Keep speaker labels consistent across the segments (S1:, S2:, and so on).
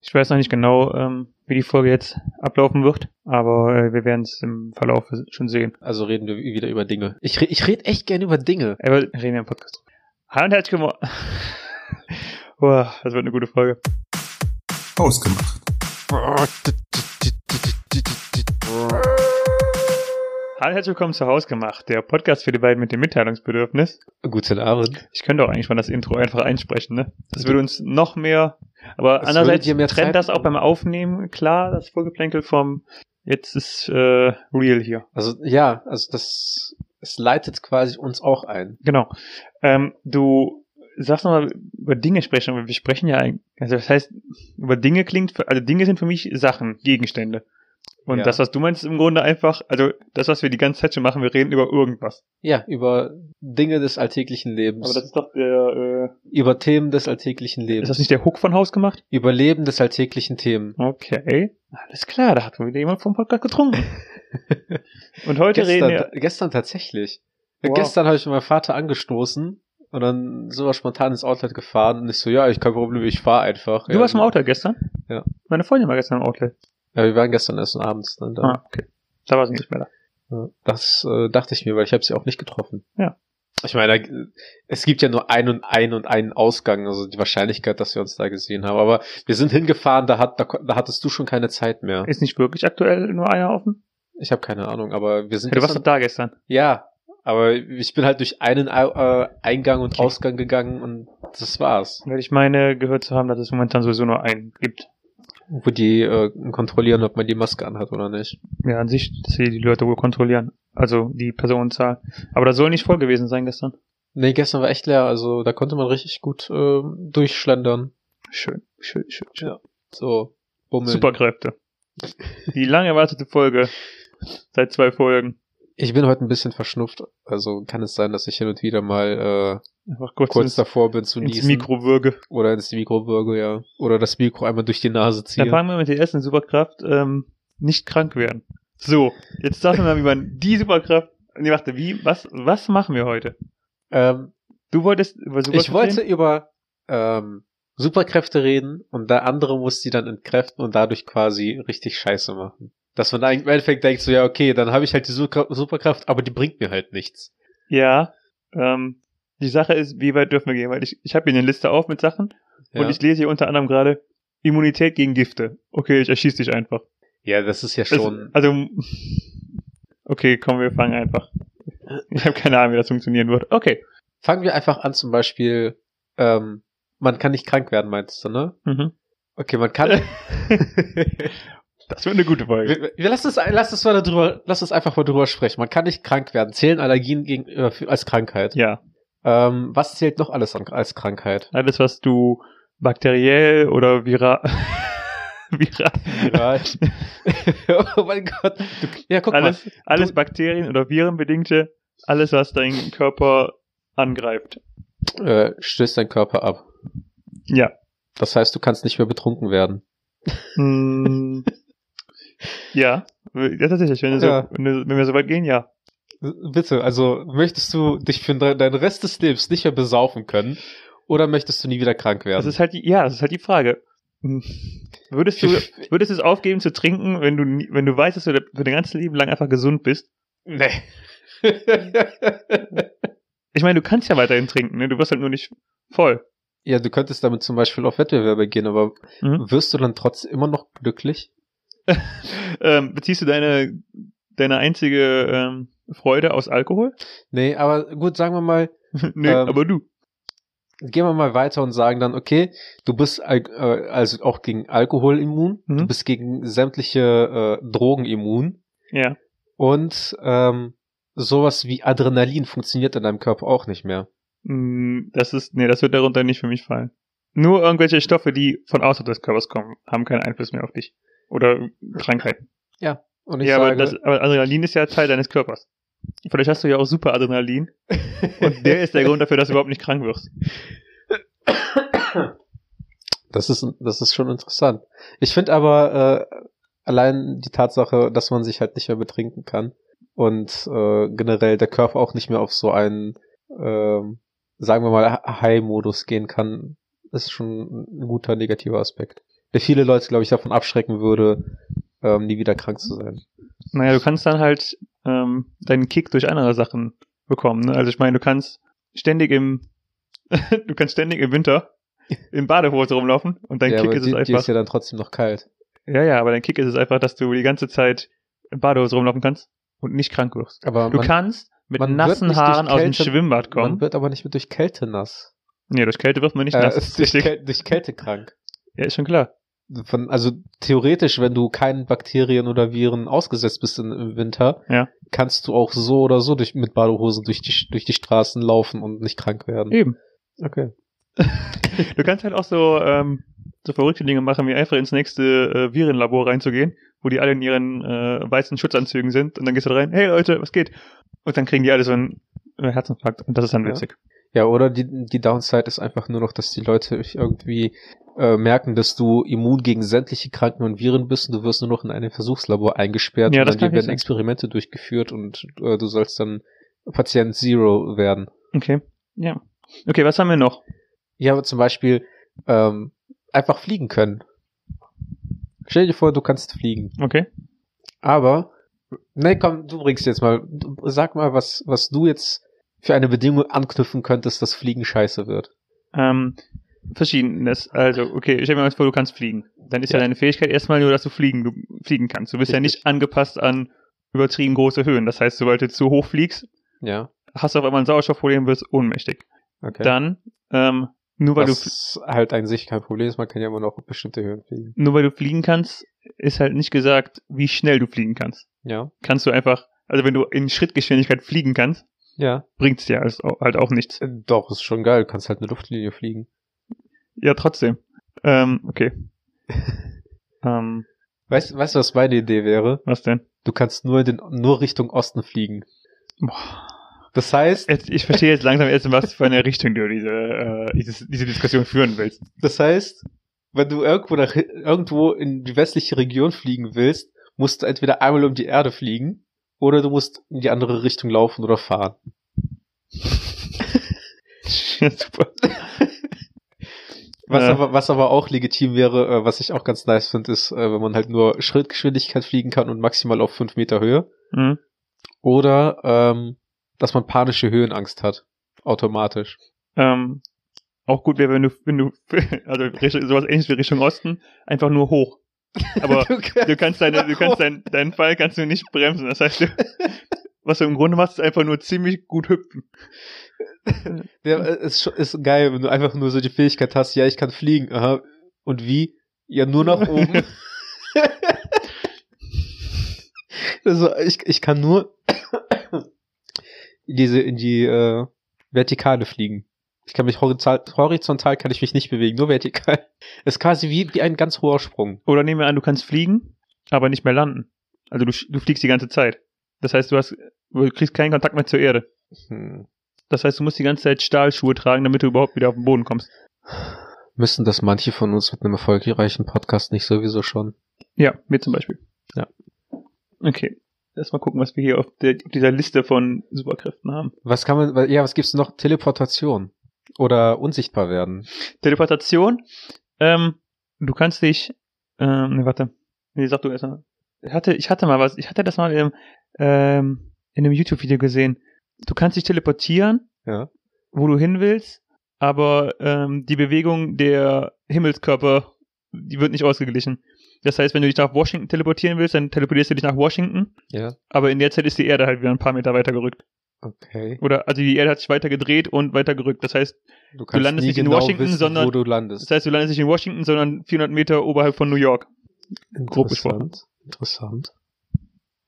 S1: Ich weiß noch nicht genau, ähm, wie die Folge jetzt ablaufen wird, aber äh, wir werden es im Verlauf schon sehen.
S2: Also reden wir wieder über Dinge. Ich, re ich rede echt gerne über Dinge.
S1: Aber reden Äh, wir im Podcast drüber. Hallo und herzlich willkommen. Boah, das wird eine gute Folge.
S3: Ausgemacht.
S1: Hallo und herzlich willkommen zu Hausgemacht, der Podcast für die beiden mit dem Mitteilungsbedürfnis.
S2: Guten Abend.
S1: Ich könnte auch eigentlich mal das Intro einfach einsprechen, ne? Das würde uns noch mehr, aber
S2: Das würde
S1: andererseits
S2: dir mehr
S1: trennt
S2: Zeit-
S1: das auch beim Aufnehmen klar, das Vorgeplänkel vom jetzt ist äh, real hier.
S2: Also ja, also das es leitet quasi uns auch ein.
S1: Genau. Ähm, du sagst nochmal über Dinge sprechen, aber wir sprechen ja eigentlich, also das heißt, über Dinge klingt, für- also Dinge sind für mich Sachen, Gegenstände. Und
S2: Ja.
S1: das, was du meinst, ist im Grunde einfach, also das, was wir die ganze Zeit schon machen, wir reden über irgendwas.
S2: Ja, über Dinge des alltäglichen Lebens.
S1: ist doch der,
S2: über Themen des alltäglichen
S1: äh,
S2: Lebens.
S1: ist das nicht der Hook von Haus gemacht?
S2: über Leben des alltäglichen Themen.
S1: Okay. Alles klar, da hat wohl wieder jemand vom Podcast getrunken. Und heute
S2: gestern,
S1: reden wir,
S2: gestern tatsächlich.
S1: Wow.
S2: Gestern habe ich mit meinem Vater angestoßen und dann sind wir spontan ins Outlet gefahren und ich so, ja, ich kein Problem, ich fahre einfach.
S1: du
S2: ja,
S1: warst im Outlet gestern?
S2: Ja.
S1: Meine Freundin war gestern im Outlet.
S2: Ja, wir waren gestern erst abends dann da.
S1: Ah, okay. Da war sie nicht mehr da.
S2: Ja, Das äh, dachte ich mir, weil ich habe sie auch nicht getroffen.
S1: Ja.
S2: Ich meine, da- es gibt ja nur einen und einen und einen Ausgang, also die Wahrscheinlichkeit, dass wir uns da gesehen haben. Aber wir sind hingefahren, da, hat, da, ko- da hattest du schon keine Zeit mehr.
S1: Ist nicht wirklich aktuell nur einer offen?
S2: Ich habe keine Ahnung, aber wir sind.
S1: Ja, du warst doch
S2: gestern-
S1: da gestern.
S2: ja, aber ich bin halt durch einen Au- äh, Eingang und
S1: Okay.
S2: Ausgang gegangen und das war's.
S1: Weil ich meine, gehört zu haben, dass es momentan sowieso nur einen gibt.
S2: Wo die äh, kontrollieren, ob man die Maske anhat oder nicht.
S1: Ja, an sich, dass sie die Leute wohl kontrollieren. Also die Personenzahl. Aber das soll nicht voll gewesen sein gestern.
S2: Nee, gestern war echt leer, also da konnte man richtig gut äh, durchschlendern.
S1: Schön, schön, schön. schön.
S2: So, bummeln.
S1: Superkräfte. Die lang erwartete Folge. Seit zwei Folgen.
S2: Ich bin heute ein bisschen verschnupft, also kann es sein, dass ich hin und wieder mal
S1: Einfach
S2: äh,
S1: kurz,
S2: kurz
S1: ins,
S2: davor bin zu
S1: ins
S2: niesen.
S1: Mikro würge.
S2: Oder ins Mikro würge, ja. Oder das Mikro einmal durch die Nase
S1: Dann
S2: ziehe.
S1: fangen wir mit der ersten Superkraft, ähm, nicht krank werden. So, jetzt sagen wir mal, wie man die Superkraft. Nee, warte, wie, was, was machen wir heute?
S2: Ähm,
S1: Du wolltest über
S2: ich
S1: Superkräfte
S2: wollte
S1: reden?
S2: über ähm, Superkräfte reden und der andere muss die dann entkräften und dadurch quasi richtig scheiße machen. Dass man da im Endeffekt denkt, so ja, okay, dann habe ich halt die Superkra- Superkraft, aber die bringt mir halt nichts.
S1: Ja, ähm, die Sache ist, wie weit dürfen wir gehen? Weil ich, ich habe hier eine Liste auf mit Sachen
S2: Ja,
S1: und ich lese hier unter anderem gerade Immunität gegen Gifte. Okay, ich erschieß dich einfach.
S2: ja das ist ja
S1: Das,
S2: schon.
S1: also, okay, komm, wir fangen einfach. Ich habe keine Ahnung, wie das funktionieren wird. Okay.
S2: Fangen wir einfach an, zum Beispiel, ähm, man kann nicht krank werden, meinst du, ne?
S1: Mhm.
S2: Okay, man kann.
S1: Das wird eine gute Folge.
S2: Wir, wir lass es, lass es mal darüber, lass es einfach mal drüber sprechen. Man kann nicht krank werden. Zählen Allergien gegen, äh, für- als Krankheit.
S1: Ja,
S2: Ähm, was zählt noch alles an, als Krankheit?
S1: alles, was du bakteriell oder viral... viral...
S2: oh mein Gott. Du, ja, guck mal.
S1: Alles, alles Bakterien- oder Virenbedingte, alles, was dein Körper angreift.
S2: Äh, stößt dein Körper ab.
S1: Ja.
S2: Das heißt, du kannst nicht mehr betrunken werden.
S1: Mm. ja, das ist ja schön. Also,
S2: Ja.
S1: Wenn, du- wenn wir so weit gehen, ja.
S2: Bitte, also möchtest du dich für de- deinen Rest des Lebens nicht mehr besaufen können oder möchtest du nie wieder krank werden?
S1: Das ist halt, die- ja, das ist halt die Frage. Hm. Würdest du, würdest du es aufgeben zu trinken, wenn du, nie- wenn du weißt, dass du de- für dein ganzes Leben lang einfach gesund bist?
S2: nee.
S1: Ich meine, du kannst ja weiterhin trinken, ne? Du wirst halt nur nicht voll.
S2: Ja, du könntest damit zum Beispiel auf Wettbewerbe gehen, aber
S1: Mhm.
S2: wirst du dann trotzdem immer noch glücklich?
S1: Ähm, beziehst du deine, deine einzige ähm, Freude aus Alkohol?
S2: Nee, aber gut, sagen wir mal,
S1: nee,
S2: Ähm,
S1: aber du.
S2: gehen wir mal weiter und sagen dann, okay, du bist al- äh, also auch gegen Alkohol immun,
S1: Mhm.
S2: du bist gegen sämtliche äh, Drogen immun
S1: Ja.
S2: und ähm, sowas wie Adrenalin funktioniert in deinem Körper auch nicht mehr.
S1: Mm, Das ist, nee, das wird darunter nicht für mich fallen. Nur irgendwelche Stoffe, die von außerhalb des Körpers kommen, haben keinen Einfluss mehr auf dich. Oder Krankheiten.
S2: Und ich
S1: Ja, aber,
S2: sage,
S1: das, aber Adrenalin ist ja Teil deines Körpers. Vielleicht hast du ja auch super Adrenalin. Und der ist der Grund dafür, dass du überhaupt nicht krank wirst.
S2: das ist das ist schon interessant. Ich finde aber äh, allein die Tatsache, dass man sich halt nicht mehr betrinken kann und äh, generell der Körper auch nicht mehr auf so einen, ähm, sagen wir mal, High-Modus gehen kann, ist schon ein guter negativer Aspekt. der viele Leute, glaube ich, davon abschrecken würde, ähm, nie wieder krank zu sein.
S1: Naja, du kannst dann halt ähm, deinen Kick durch andere Sachen bekommen. Ne? Also ich meine, du kannst ständig im du kannst ständig im Winter in Badehose rumlaufen und dein
S2: ja,
S1: Kick
S2: aber
S1: ist
S2: die,
S1: es
S2: die
S1: einfach.
S2: ist ja dann trotzdem noch kalt.
S1: ja, ja, aber dein Kick ist es einfach, dass du die ganze Zeit in Badehose rumlaufen kannst und nicht krank wirst.
S2: Aber
S1: Du
S2: man,
S1: kannst mit
S2: man wird
S1: nassen
S2: nicht durch
S1: Haaren aus dem
S2: Kälte-
S1: Schwimmbad
S2: man
S1: kommen.
S2: wird aber nicht mit durch Kälte nass.
S1: Nee, durch Kälte wird man nicht
S2: Äh,
S1: nass. Ist
S2: ist durch,
S1: richtig.
S2: Kälte, durch Kälte krank.
S1: Ja, ist schon klar.
S2: Von, also theoretisch, wenn du keinen Bakterien oder Viren ausgesetzt bist in, im Winter,
S1: Ja.
S2: kannst du auch so oder so durch, mit Badehosen durch die, durch die Straßen laufen und nicht krank werden.
S1: Eben.
S2: Okay.
S1: Du kannst halt auch so, ähm, so verrückte Dinge machen, wie einfach ins nächste äh, Virenlabor reinzugehen, wo die alle in ihren äh, weißen Schutzanzügen sind und dann gehst du da rein, hey Leute, was geht? Und dann kriegen die alle so einen äh, Herzinfarkt und das ist dann
S2: Ja.
S1: witzig.
S2: Ja, oder die, die Downside ist einfach nur noch, dass die Leute irgendwie äh, merken, dass du immun gegen sämtliche Kranken und Viren bist und du wirst nur noch in einem Versuchslabor eingesperrt
S1: Ja,
S2: und
S1: das
S2: dann
S1: kann
S2: werden
S1: nicht sein.
S2: Experimente durchgeführt und äh, du sollst dann Patient Zero werden.
S1: Okay, ja. Okay, was haben wir noch?
S2: Ja, aber zum Beispiel ähm, einfach fliegen können. Stell dir vor, du kannst fliegen.
S1: Okay.
S2: Aber, nee, komm, du bringst jetzt mal, du- sag mal, was, was du jetzt für eine Bedingung anknüpfen könntest, dass Fliegen scheiße wird.
S1: Ähm, verschiedenes. Also, okay, stell mir mal vor, du kannst fliegen. Dann ist ja,
S2: Ja.
S1: deine Fähigkeit erstmal nur, dass du fliegen, du fliegen kannst. Du bist ja
S2: Richtig.
S1: nicht angepasst an übertrieben große Höhen. Das heißt, sobald du zu hoch fliegst,
S2: Ja,
S1: hast du auf einmal ein Sauerstoffproblem und wirst ohnmächtig.
S2: okay.
S1: Dann, ähm, nur weil du
S2: was halt an sich kein Problem ist, man kann ja immer noch bestimmte Höhen fliegen.
S1: nur weil du fliegen kannst, ist halt nicht gesagt, wie schnell du fliegen kannst.
S2: Ja,
S1: Kannst du einfach, also wenn du in Schrittgeschwindigkeit fliegen kannst,
S2: ja.
S1: bringt's dir alles au- halt auch nichts.
S2: Äh, Doch, ist schon geil, du kannst halt eine Luftlinie fliegen.
S1: Ja, trotzdem. Ähm, okay. ähm,
S2: Weißt, weißt du, was meine Idee wäre?
S1: was denn?
S2: Du kannst nur, in den, nur Richtung Osten fliegen.
S1: Boah.
S2: Das heißt,
S1: Jetzt, ich verstehe jetzt langsam erst, in was für eine Richtung du diese, äh, dieses, diese Diskussion führen willst.
S2: Das heißt, wenn du irgendwo, nach, irgendwo in die westliche Region fliegen willst, musst du entweder einmal um die Erde fliegen oder du musst in die andere Richtung laufen oder fahren.
S1: ja, super.
S2: Was,
S1: Ja.
S2: aber, was aber auch legitim wäre, äh, was ich auch ganz nice finde, ist, äh, wenn man halt nur Schrittgeschwindigkeit fliegen kann und maximal auf 5 Meter Höhe.
S1: Mhm.
S2: Oder ähm, dass man panische Höhenangst hat. Automatisch.
S1: Ähm, auch gut wäre, wenn du, wenn du, also Richtung- sowas ähnliches wie Richtung Osten, einfach nur hoch. Aber Du kannst deine, du kannst dein, deinen Fall kannst du nicht bremsen. Das heißt, du, was du im Grunde machst, ist einfach nur ziemlich gut hüpfen.
S2: Ja, äh, ist, schon- ist geil, wenn du einfach nur so die Fähigkeit hast, ja, ich kann fliegen, aha. Und wie? Ja, nur nach oben. also, ich, ich kann nur in diese, in die äh, Vertikale fliegen. Ich kann mich horizontal, horizontal kann ich mich nicht bewegen, nur vertikal. Ist quasi wie, wie ein ganz hoher Sprung.
S1: Oder nehmen wir an, du kannst fliegen, aber nicht mehr landen. Also du, sch- du fliegst die ganze Zeit. Das heißt, du hast, du kriegst keinen Kontakt mehr zur Erde.
S2: Hm.
S1: Das heißt, du musst die ganze Zeit Stahlschuhe tragen, damit du überhaupt wieder auf den Boden kommst.
S2: Müssen das manche von uns mit einem erfolgreichen Podcast nicht sowieso schon?
S1: Ja, mir zum Beispiel.
S2: Ja.
S1: Okay. Lass mal gucken, was wir hier auf, der, auf dieser Liste von Superkräften haben.
S2: Was kann man, wa- ja, was gibt's noch? Teleportation. Oder unsichtbar werden.
S1: Teleportation. Ähm, du kannst dich. Ähm, ne, warte. Nee, sag du erst mal. Ich hatte, ich hatte mal was. Ich hatte das mal im, ähm, in einem YouTube-Video gesehen. Du kannst dich teleportieren,
S2: Ja.
S1: wo du hin willst, aber ähm, die Bewegung der Himmelskörper, die wird nicht ausgeglichen. Das heißt, wenn du dich nach Washington teleportieren willst, dann teleportierst du dich nach Washington,
S2: Ja.
S1: aber in der Zeit ist die Erde halt wieder ein paar Meter weiter gerückt.
S2: Okay.
S1: Oder also die Erde hat sich weiter gedreht und weiter gerückt. Das heißt,
S2: Du, genau
S1: landest nicht in Washington, sondern-
S2: wo du
S1: das
S2: landest.
S1: heißt, du landest nicht in Washington, sondern 400 Meter oberhalb von New York. grob gesprochen.
S2: Interessant. Interessant.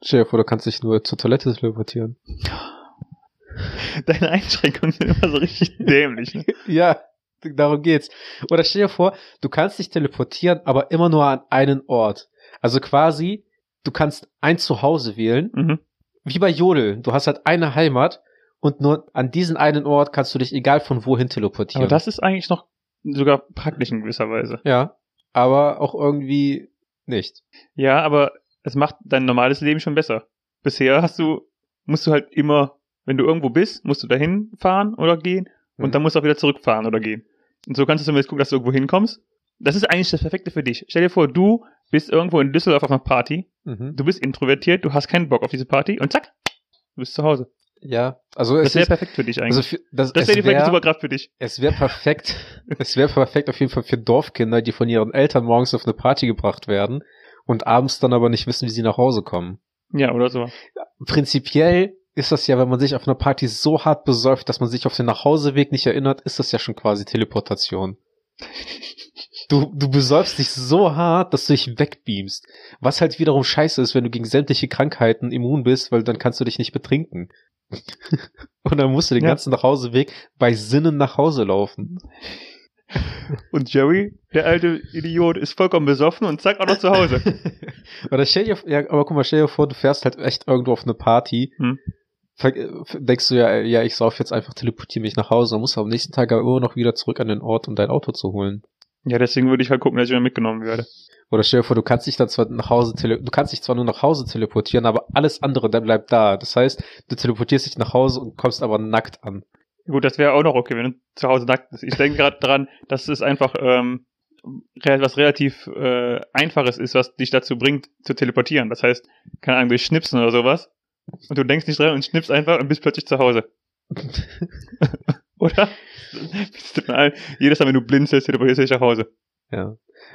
S2: Stell dir vor, du kannst dich nur zur Toilette teleportieren.
S1: Deine Einschränkungen sind immer so richtig dämlich. Ne?
S2: Ja, darum geht's. Oder stell dir vor, du kannst dich teleportieren, aber immer nur an einen Ort. Also quasi, du kannst ein Zuhause wählen,
S1: Mhm.
S2: wie bei Jodel. Du hast halt eine Heimat und nur an diesen einen Ort kannst du dich egal von wohin teleportieren.
S1: Aber das ist eigentlich noch sogar praktisch in gewisser Weise.
S2: ja, aber auch irgendwie nicht.
S1: Ja, aber es macht dein normales Leben schon besser. Bisher hast du, musst du halt immer, wenn du irgendwo bist, musst du dahin fahren oder gehen und
S2: Mhm.
S1: dann musst du auch wieder zurückfahren oder gehen. Und so kannst du zumindest gucken, dass du irgendwo hinkommst Das ist eigentlich das Perfekte für dich. Stell dir vor, du bist irgendwo in Düsseldorf auf einer Party,
S2: Mhm.
S1: du bist introvertiert, du hast keinen Bock auf diese Party und zack, du bist zu Hause.
S2: Ja, also
S1: Das
S2: es
S1: wäre
S2: ist,
S1: perfekt für dich eigentlich.
S2: also für, das,
S1: das
S2: es
S1: wäre die perfekte
S2: wär-
S1: Superkraft für dich.
S2: Es wäre perfekt, es wäre perfekt auf jeden Fall für Dorfkinder, die von ihren Eltern morgens auf eine Party gebracht werden und abends dann aber nicht wissen, wie sie nach Hause kommen.
S1: Ja, oder so.
S2: Prinzipiell ist das ja, wenn man sich auf einer Party so hart besäuft, dass man sich auf den Nachhauseweg nicht erinnert, ist das ja schon quasi Teleportation. Du, du besäufst dich so hart, dass du dich wegbeamst. Was halt wiederum scheiße ist, wenn du gegen sämtliche Krankheiten immun bist, weil dann kannst du dich nicht betrinken. Und dann musst du den
S1: Ja.
S2: ganzen Nachhauseweg bei Sinnen nach Hause laufen.
S1: Und Jerry, der alte Idiot, ist vollkommen besoffen und zack, auch noch zu Hause.
S2: Oder stell dir, ja, aber guck mal, stell dir vor, du fährst halt echt irgendwo auf eine Party.
S1: Hm.
S2: Ver- äh, Denkst du ja, ja, ich sauf jetzt einfach, teleportiere mich nach Hause und muss am nächsten Tag aber immer noch wieder zurück an den Ort, um dein Auto zu holen.
S1: ja, deswegen würde ich halt gucken, dass ich wieder mitgenommen werde.
S2: Oder stell dir vor, du kannst dich dann zwar nach Hause tele du kannst dich zwar nur nach Hause teleportieren, aber alles andere dann bleibt da. Das heißt, du teleportierst dich nach Hause und kommst aber nackt an.
S1: Gut, das wäre auch noch okay, wenn du zu Hause nackt bist. Ich denke gerade dran, dass es einfach ähm, re- was relativ äh, Einfaches ist, was dich dazu bringt, zu teleportieren. Das heißt, keine Ahnung, durch Schnipsen oder sowas. Und du denkst nicht dran und schnippst einfach und bist plötzlich zu Hause. oder? Das tut mir leid. Jedes Mal, wenn du blinzelst, teleportierst du dich nach Hause.
S2: Ja.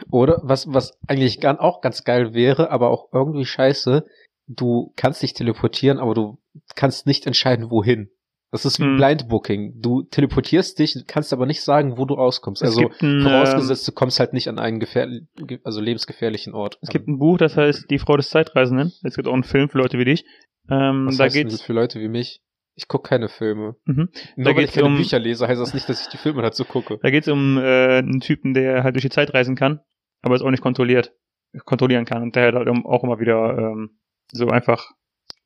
S2: Oder was, was eigentlich gan- auch ganz geil wäre, aber auch irgendwie scheiße, du kannst dich teleportieren, aber du kannst nicht entscheiden, wohin. Das ist wie
S1: Hm.
S2: Blind Booking. Du teleportierst dich, kannst aber nicht sagen, wo du auskommst. Also
S1: gibt ein, ähm,
S2: vorausgesetzt, du kommst halt nicht an einen gefährl- ge- also lebensgefährlichen Ort. Also
S1: Es gibt ein Buch, das heißt Die Frau des Zeitreisenden. Es gibt auch einen Film für Leute wie dich. Ähm,
S2: was
S1: da
S2: heißt denn das
S1: geht's.
S2: für Leute wie mich? Ich gucke keine Filme.
S1: Mhm. Da
S2: Nur weil ich
S1: geht's
S2: keine
S1: um-
S2: Bücher lese, heißt das nicht, dass ich die Filme dazu gucke.
S1: Da geht's um äh, einen Typen, der halt durch die Zeit reisen kann, aber es auch nicht kontrolliert, kontrollieren kann und der halt um- auch immer wieder ähm, so einfach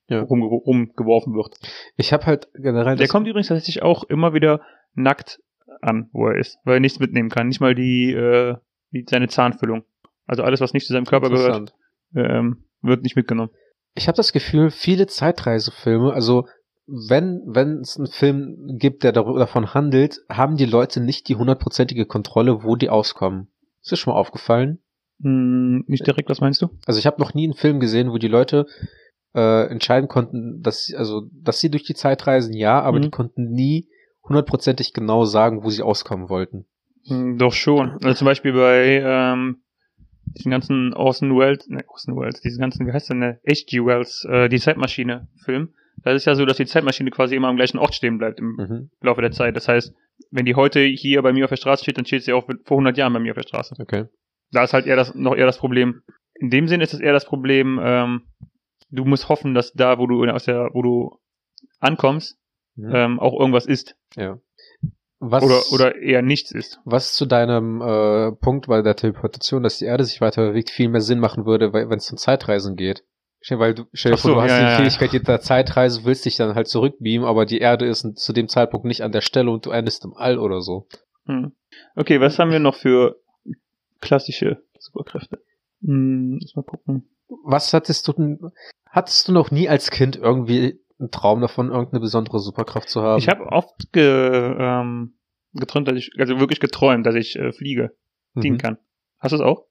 S2: Ja.
S1: rumge rumgeworfen wird.
S2: Ich habe halt
S1: Der
S2: generell das
S1: kommt übrigens tatsächlich auch immer wieder nackt an, wo er ist, weil er nichts mitnehmen kann, nicht mal die, äh, die seine Zahnfüllung. Also alles, was nicht zu seinem Körper gehört,
S2: Interessant.
S1: ähm, wird nicht mitgenommen.
S2: ich habe das Gefühl, viele Zeitreisefilme, also wenn wenn es einen Film gibt, der darüber, davon handelt, haben die Leute nicht die hundertprozentige Kontrolle, wo die auskommen. Ist dir schon mal aufgefallen?
S1: Hm, nicht direkt, was meinst du?
S2: Also ich habe noch nie einen Film gesehen, wo die Leute äh, entscheiden konnten, dass sie, also dass sie durch die Zeit reisen, ja, aber
S1: Mhm.
S2: die konnten nie hundertprozentig genau sagen, wo sie auskommen wollten.
S1: Hm, Doch schon. Also zum Beispiel bei ähm, diesen ganzen Orson Welles, ne, Orson Welles, diesen ganzen, wie heißt denn der? H.G. Wells, äh, die Zeitmaschine-Film. Da ist es ja so, dass die Zeitmaschine quasi immer am gleichen Ort stehen bleibt im
S2: Mhm.
S1: Laufe der Zeit. Das heißt, wenn die heute hier bei mir auf der Straße steht, dann steht sie auch vor 100 Jahren bei mir auf der Straße.
S2: Okay.
S1: Da ist halt eher das, noch eher das Problem. In dem Sinn ist es eher das Problem, ähm, du musst hoffen, dass da, wo du aus der, wo du ankommst,
S2: Mhm.
S1: ähm, auch irgendwas ist.
S2: was,
S1: Oder, oder eher nichts ist.
S2: Was zu deinem äh, Punkt bei der Teleportation, dass die Erde sich weiter bewegt, viel mehr Sinn machen würde, wenn es um Zeitreisen geht. Stell- Weil du, stell dir
S1: Ach
S2: vor,
S1: so,
S2: du hast
S1: ja,
S2: die
S1: ja, ja.
S2: Fähigkeit jeder Zeitreise, willst dich dann halt zurückbeamen, aber die Erde ist zu dem Zeitpunkt nicht an der Stelle und du endest im All oder so.
S1: Hm. Okay, was haben wir noch für klassische Superkräfte? Hm, lass mal gucken.
S2: Was hattest du denn, hattest du noch nie als Kind irgendwie einen Traum davon, irgendeine besondere Superkraft zu haben?
S1: Ich habe oft ge, ähm, geträumt, dass ich, also wirklich geträumt, dass ich äh, fliege, fliegen
S2: mhm.
S1: kann. Hast du es auch?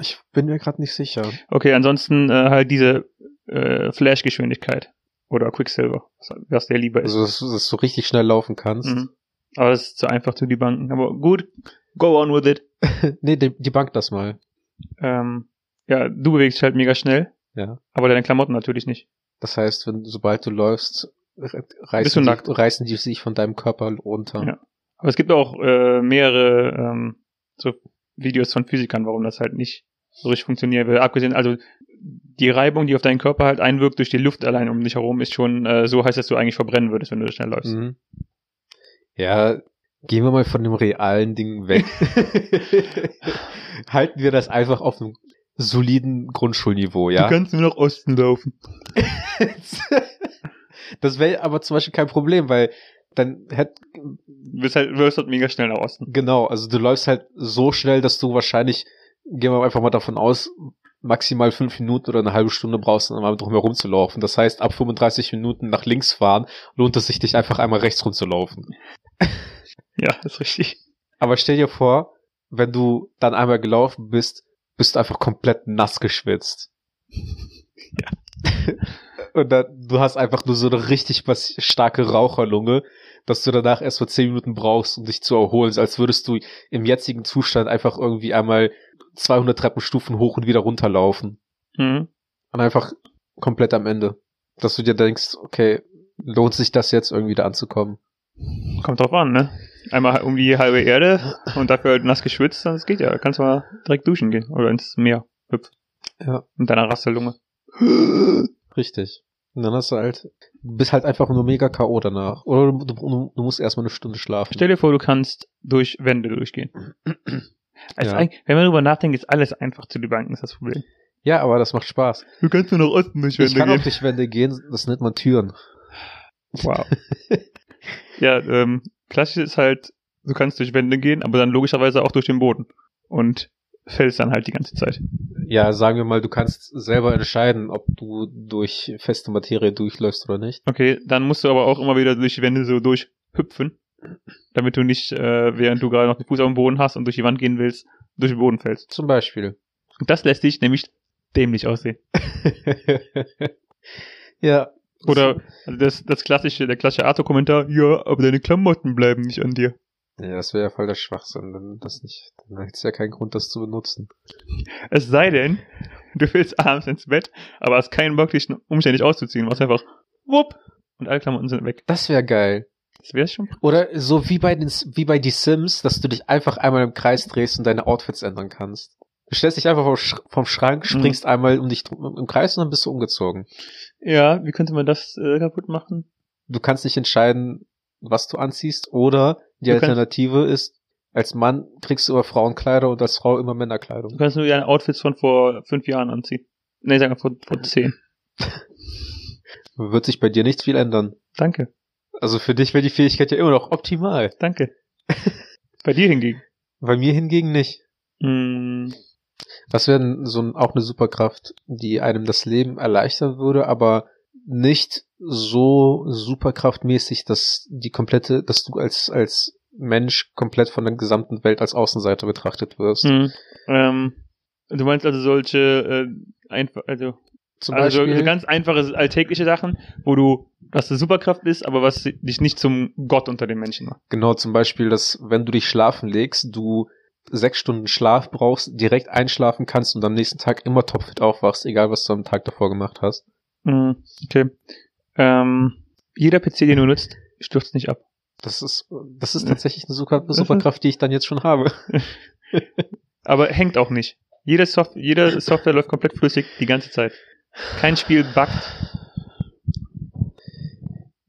S2: Ich bin mir gerade nicht sicher.
S1: Okay, ansonsten äh, halt diese äh, Flash-Geschwindigkeit oder Quicksilver, was- was der lieber ist.
S2: Also, dass, du- dass du richtig schnell laufen kannst.
S1: Mhm. Aber das ist zu einfach zu debanken. Aber gut, go on with it.
S2: Nee, die, die bank das mal.
S1: Ähm, ja, du bewegst dich halt mega schnell.
S2: Ja.
S1: Aber deine Klamotten natürlich nicht.
S2: Das heißt, wenn sobald du läufst, re-
S1: Bist du
S2: reißen,
S1: nackt.
S2: die, reißen die sich von deinem Körper runter.
S1: Ja. Aber es gibt auch äh, mehrere ähm, so Videos von Physikern, warum das halt nicht so richtig funktionieren will. Abgesehen, also die Reibung, die auf deinen Körper halt einwirkt durch die Luft allein um dich herum, ist schon äh, so heiß, dass du eigentlich verbrennen würdest, wenn du schnell läufst.
S2: Mhm. Ja, gehen wir mal von dem realen Ding weg. Halten wir das einfach auf einem soliden Grundschulniveau, ja?
S1: kannst nur nach Osten laufen.
S2: das wäre aber zum Beispiel kein Problem, weil dann hätt,
S1: Du wirst halt, wirst halt mega schnell nach Osten.
S2: genau, also du läufst halt so schnell, dass du wahrscheinlich, gehen wir einfach mal davon aus, maximal fünf Minuten oder eine halbe Stunde brauchst, um einmal drum herum zu laufen. Das heißt, ab 35 Minuten nach links fahren, lohnt es sich, dich einfach einmal rechts rumzulaufen.
S1: Ja, ist richtig.
S2: Aber stell dir vor, wenn du dann einmal gelaufen bist, bist du einfach komplett nass geschwitzt. Und dann, du hast einfach nur so eine richtig pass- starke Raucherlunge, dass du danach erst mal zehn Minuten brauchst, um dich zu erholen. So Als würdest du im jetzigen Zustand einfach irgendwie einmal 200 Treppenstufen hoch und wieder runterlaufen.
S1: Mhm.
S2: Und einfach komplett am Ende. Dass du dir denkst, okay, lohnt sich das jetzt irgendwie da anzukommen?
S1: Kommt drauf an, ne? Einmal um die halbe Erde und dafür halt nass geschwitzt, dann es geht ja. Da kannst du mal direkt duschen gehen oder ins Meer hüpfen.
S2: Ja.
S1: Mit deiner Rasselunge.
S2: Richtig. Und dann hast du halt, du bist halt einfach nur mega K.O. danach. Oder du, du, du musst erstmal eine Stunde schlafen.
S1: Stell dir vor, du kannst durch Wände durchgehen. Also
S2: Ja.
S1: eigentlich, wenn man drüber nachdenkt, ist alles einfach zu debunken, ist das Problem.
S2: Ja, aber das macht Spaß.
S1: Du kannst nur nach Osten durch
S2: Ich kann auch durch Wände gehen, das nennt man Türen.
S1: Wow. ja, ähm, klassisch ist halt, du kannst durch Wände gehen, aber dann logischerweise auch durch den Boden. Und fällst dann halt die ganze Zeit.
S2: Ja, sagen wir mal, du kannst selber entscheiden, ob du durch feste Materie durchläufst oder nicht.
S1: Okay, dann musst du aber auch immer wieder durch die Wände so durchhüpfen, damit du nicht, äh, während du gerade noch den Fuß auf dem Boden hast und durch die Wand gehen willst, durch den Boden fällst.
S2: Zum Beispiel.
S1: Und das lässt dich nämlich dämlich aussehen.
S2: ja.
S1: Oder also das, das klassische, der klassische Arthur-Kommentar, ja, aber deine Klamotten bleiben nicht an dir.
S2: Ja, das wäre ja voll der Schwachsinn, wenn das nicht. Dann hättest du ja keinen Grund, das zu benutzen.
S1: Es sei denn, du willst abends ins Bett, aber hast keinen Bock, dich umständlich auszuziehen. Machst einfach wupp und alle Klamotten sind weg.
S2: Das wäre geil.
S1: Das wäre schon.
S2: Oder so wie bei den wie bei die Sims, dass du dich einfach einmal im Kreis drehst und deine Outfits ändern kannst. Du stellst dich einfach vom, Sch vom Schrank, springst einmal um dich drum, im Kreis und dann bist du umgezogen.
S1: Ja, wie könnte man das äh, kaputt machen?
S2: du kannst nicht entscheiden, was du anziehst, oder die
S1: Du kannst-
S2: Alternative ist, als Mann kriegst du immer Frauenkleider und als Frau immer
S1: Du
S2: Männerkleidung.
S1: kannst nur deine Outfits von vor fünf Jahren anziehen. Nee, sagen wir vor, vor zehn.
S2: Wird sich bei dir nicht viel ändern.
S1: Danke,
S2: Also für dich wäre die Fähigkeit ja immer noch optimal.
S1: danke. Bei dir hingegen.
S2: Bei mir hingegen nicht.
S1: Mm,
S2: Was wäre denn so ein, auch eine Superkraft, die einem das Leben erleichtern würde, aber nicht so superkraftmäßig, dass die komplette, dass du als, als Mensch komplett von der gesamten Welt als Außenseiter betrachtet wirst.
S1: mm, ähm, du meinst also solche äh, einfach, also
S2: Zum
S1: also so ganz einfache alltägliche Sachen, wo du, was eine Superkraft ist, aber was dich nicht zum Gott unter den Menschen macht.
S2: Genau, zum Beispiel, dass wenn du dich schlafen legst, du sechs Stunden Schlaf brauchst, direkt einschlafen kannst und am nächsten Tag immer topfit aufwachst, egal was du am Tag davor gemacht hast.
S1: Mhm, okay. Ähm, jeder PC, den du nutzt, stürzt nicht ab.
S2: Das ist, das ist tatsächlich eine super,
S1: Mhm.
S2: Superkraft, die ich dann jetzt schon habe.
S1: Aber hängt auch nicht. Jede, Soft jede Software läuft komplett flüssig die ganze Zeit. Kein Spiel buggt.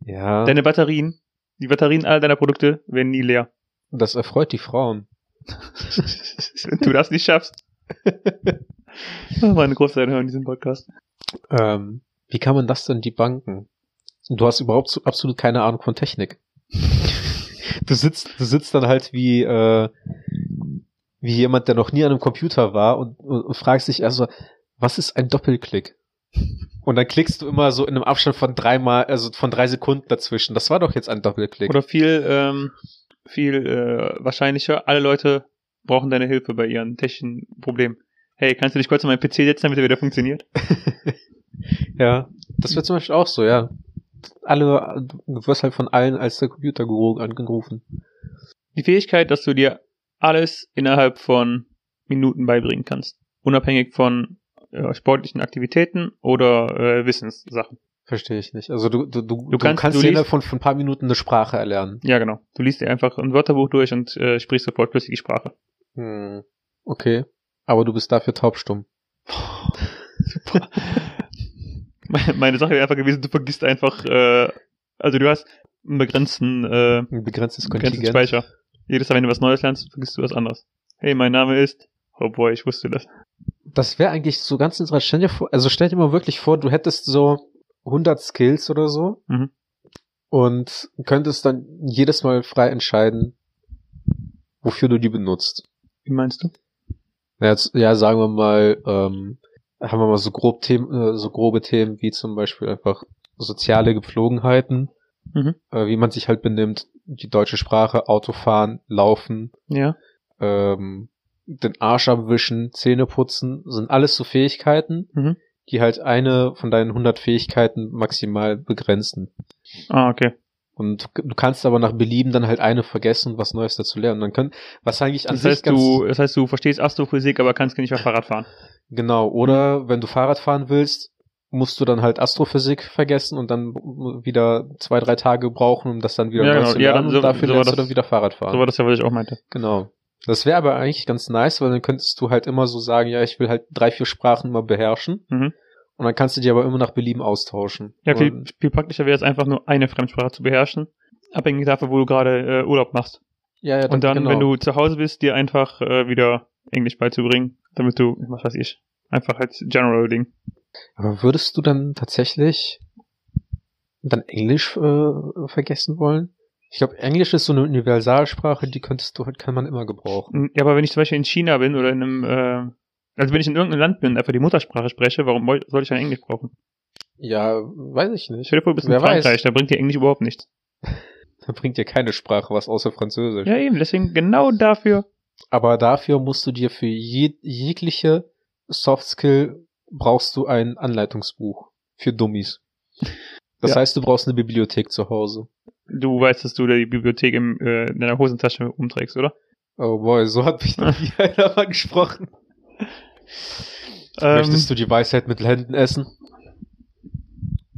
S2: Ja,
S1: Deine Batterien, die Batterien aller deiner Produkte werden nie leer.
S2: das erfreut die Frauen.
S1: Wenn du das nicht schaffst. Das war eine große Anhörung in diesem Podcast.
S2: Ähm, wie kann man das denn debanken? Du hast überhaupt so, absolut keine Ahnung von Technik. du sitzt, du sitzt dann halt wie, äh, wie jemand, der noch nie an einem Computer war und, und, und fragst dich also, was ist ein Doppelklick? Und dann klickst du immer so in einem Abstand von dreimal, also von drei Sekunden dazwischen. Das war doch jetzt ein Doppelklick.
S1: Oder viel, ähm, viel äh, wahrscheinlicher, alle Leute brauchen deine Hilfe bei ihren technischen Problemen. Hey, kannst du dich kurz an meinen PC setzen, damit er wieder funktioniert?
S2: ja. Das wäre zum Beispiel auch so, ja. Alle, du wirst halt von allen als der Computerguru angerufen.
S1: Die Fähigkeit, dass du dir alles innerhalb von Minuten beibringen kannst. Unabhängig von äh, sportlichen Aktivitäten oder äh, Wissenssachen.
S2: Verstehe ich nicht. Also du, du, du, du
S1: kannst-
S2: kannst,
S1: du
S2: dir innerhalb
S1: liest-
S2: von, von ein paar Minuten eine Sprache erlernen.
S1: Ja, genau. Du liest dir einfach ein Wörterbuch durch und äh, sprichst sofort flüssig die Sprache.
S2: Hm. Okay. Aber du bist dafür taubstumm.
S1: Super. Me- Meine Sache wäre einfach gewesen, du vergisst einfach, äh, also du hast einen begrenzten äh,
S2: Ein begrenztes
S1: Begrenzten
S2: Kontingent.
S1: Speicher. Jedes Mal, wenn du was Neues lernst, vergisst du was anderes. Hey, mein Name ist. Oh boy, ich wusste das.
S2: Das wäre eigentlich so ganz interessant. Stell dir vor, also stell dir mal wirklich vor, du hättest so 100 Skills oder so
S1: Mhm.
S2: und könntest dann jedes Mal frei entscheiden, wofür du die benutzt.
S1: Wie meinst du?
S2: Ja, Jetzt, ja, sagen wir mal, ähm, haben wir mal so grob Themen, äh, so grobe Themen wie zum Beispiel einfach soziale Gepflogenheiten,
S1: Mhm.
S2: äh, wie man sich halt benimmt, die deutsche Sprache, Autofahren, Laufen,
S1: Ja.
S2: ähm, den Arsch abwischen, Zähne putzen, sind alles so Fähigkeiten,
S1: Mhm.
S2: die halt eine von deinen 100 Fähigkeiten maximal begrenzen.
S1: Ah, okay.
S2: Und du kannst aber nach Belieben dann halt eine vergessen und was Neues dazu lernen. Dann können, was eigentlich an
S1: Das
S2: sich
S1: heißt, du, das heißt, du verstehst Astrophysik, aber kannst nicht mehr Fahrrad fahren.
S2: Genau,
S1: Mhm.
S2: oder wenn du Fahrrad fahren willst, musst du dann halt Astrophysik vergessen und dann wieder zwei, drei Tage brauchen, um das dann wieder
S1: Ja,
S2: neu
S1: genau.
S2: zu
S1: Ja,
S2: lernen.
S1: dann so-
S2: und dafür
S1: so war
S2: lernst du
S1: das-
S2: dann wieder Fahrrad fahren.
S1: So war das ja, was ich auch meinte.
S2: Genau. Das wäre aber eigentlich ganz nice, weil dann könntest du halt immer so sagen, ja, ich will halt drei, vier Sprachen mal beherrschen.
S1: Mhm.
S2: Und dann kannst du die aber immer nach Belieben austauschen.
S1: Ja, viel,
S2: und,
S1: viel praktischer wäre es einfach nur eine Fremdsprache zu beherrschen. Abhängig davon, wo du gerade äh, Urlaub machst.
S2: ja, ja,
S1: Und dann,
S2: genau.
S1: wenn du zu Hause bist, dir einfach äh, wieder Englisch beizubringen, damit du, was weiß ich, einfach als General-Ding.
S2: Aber würdest du dann tatsächlich dann Englisch äh, vergessen wollen? Ich glaube, Englisch ist so eine Universalsprache, die könntest du halt, kann man immer gebrauchen.
S1: Hm, Ja, aber wenn ich zum Beispiel in China bin oder in einem, äh, also wenn ich in irgendeinem Land bin und einfach die Muttersprache spreche, warum woll- soll ich dann Englisch brauchen?
S2: Ja, weiß ich nicht.
S1: Stell dir vor, du bist in
S2: Wer weiß.
S1: Frankreich, da bringt dir Englisch überhaupt nichts.
S2: Da bringt dir keine Sprache was außer Französisch.
S1: Ja, eben, deswegen genau dafür.
S2: Aber dafür musst du dir für je, jegliche Soft Skill brauchst du ein Anleitungsbuch für Dummies. Das
S1: Ja.
S2: heißt, du brauchst eine Bibliothek zu Hause.
S1: Du weißt, dass du da die Bibliothek im, äh, in deiner Hosentasche umträgst, oder?
S2: Oh boy, so hat mich noch nie einer mal gesprochen.
S1: Ähm,
S2: Möchtest du die Weisheit mit Händen essen?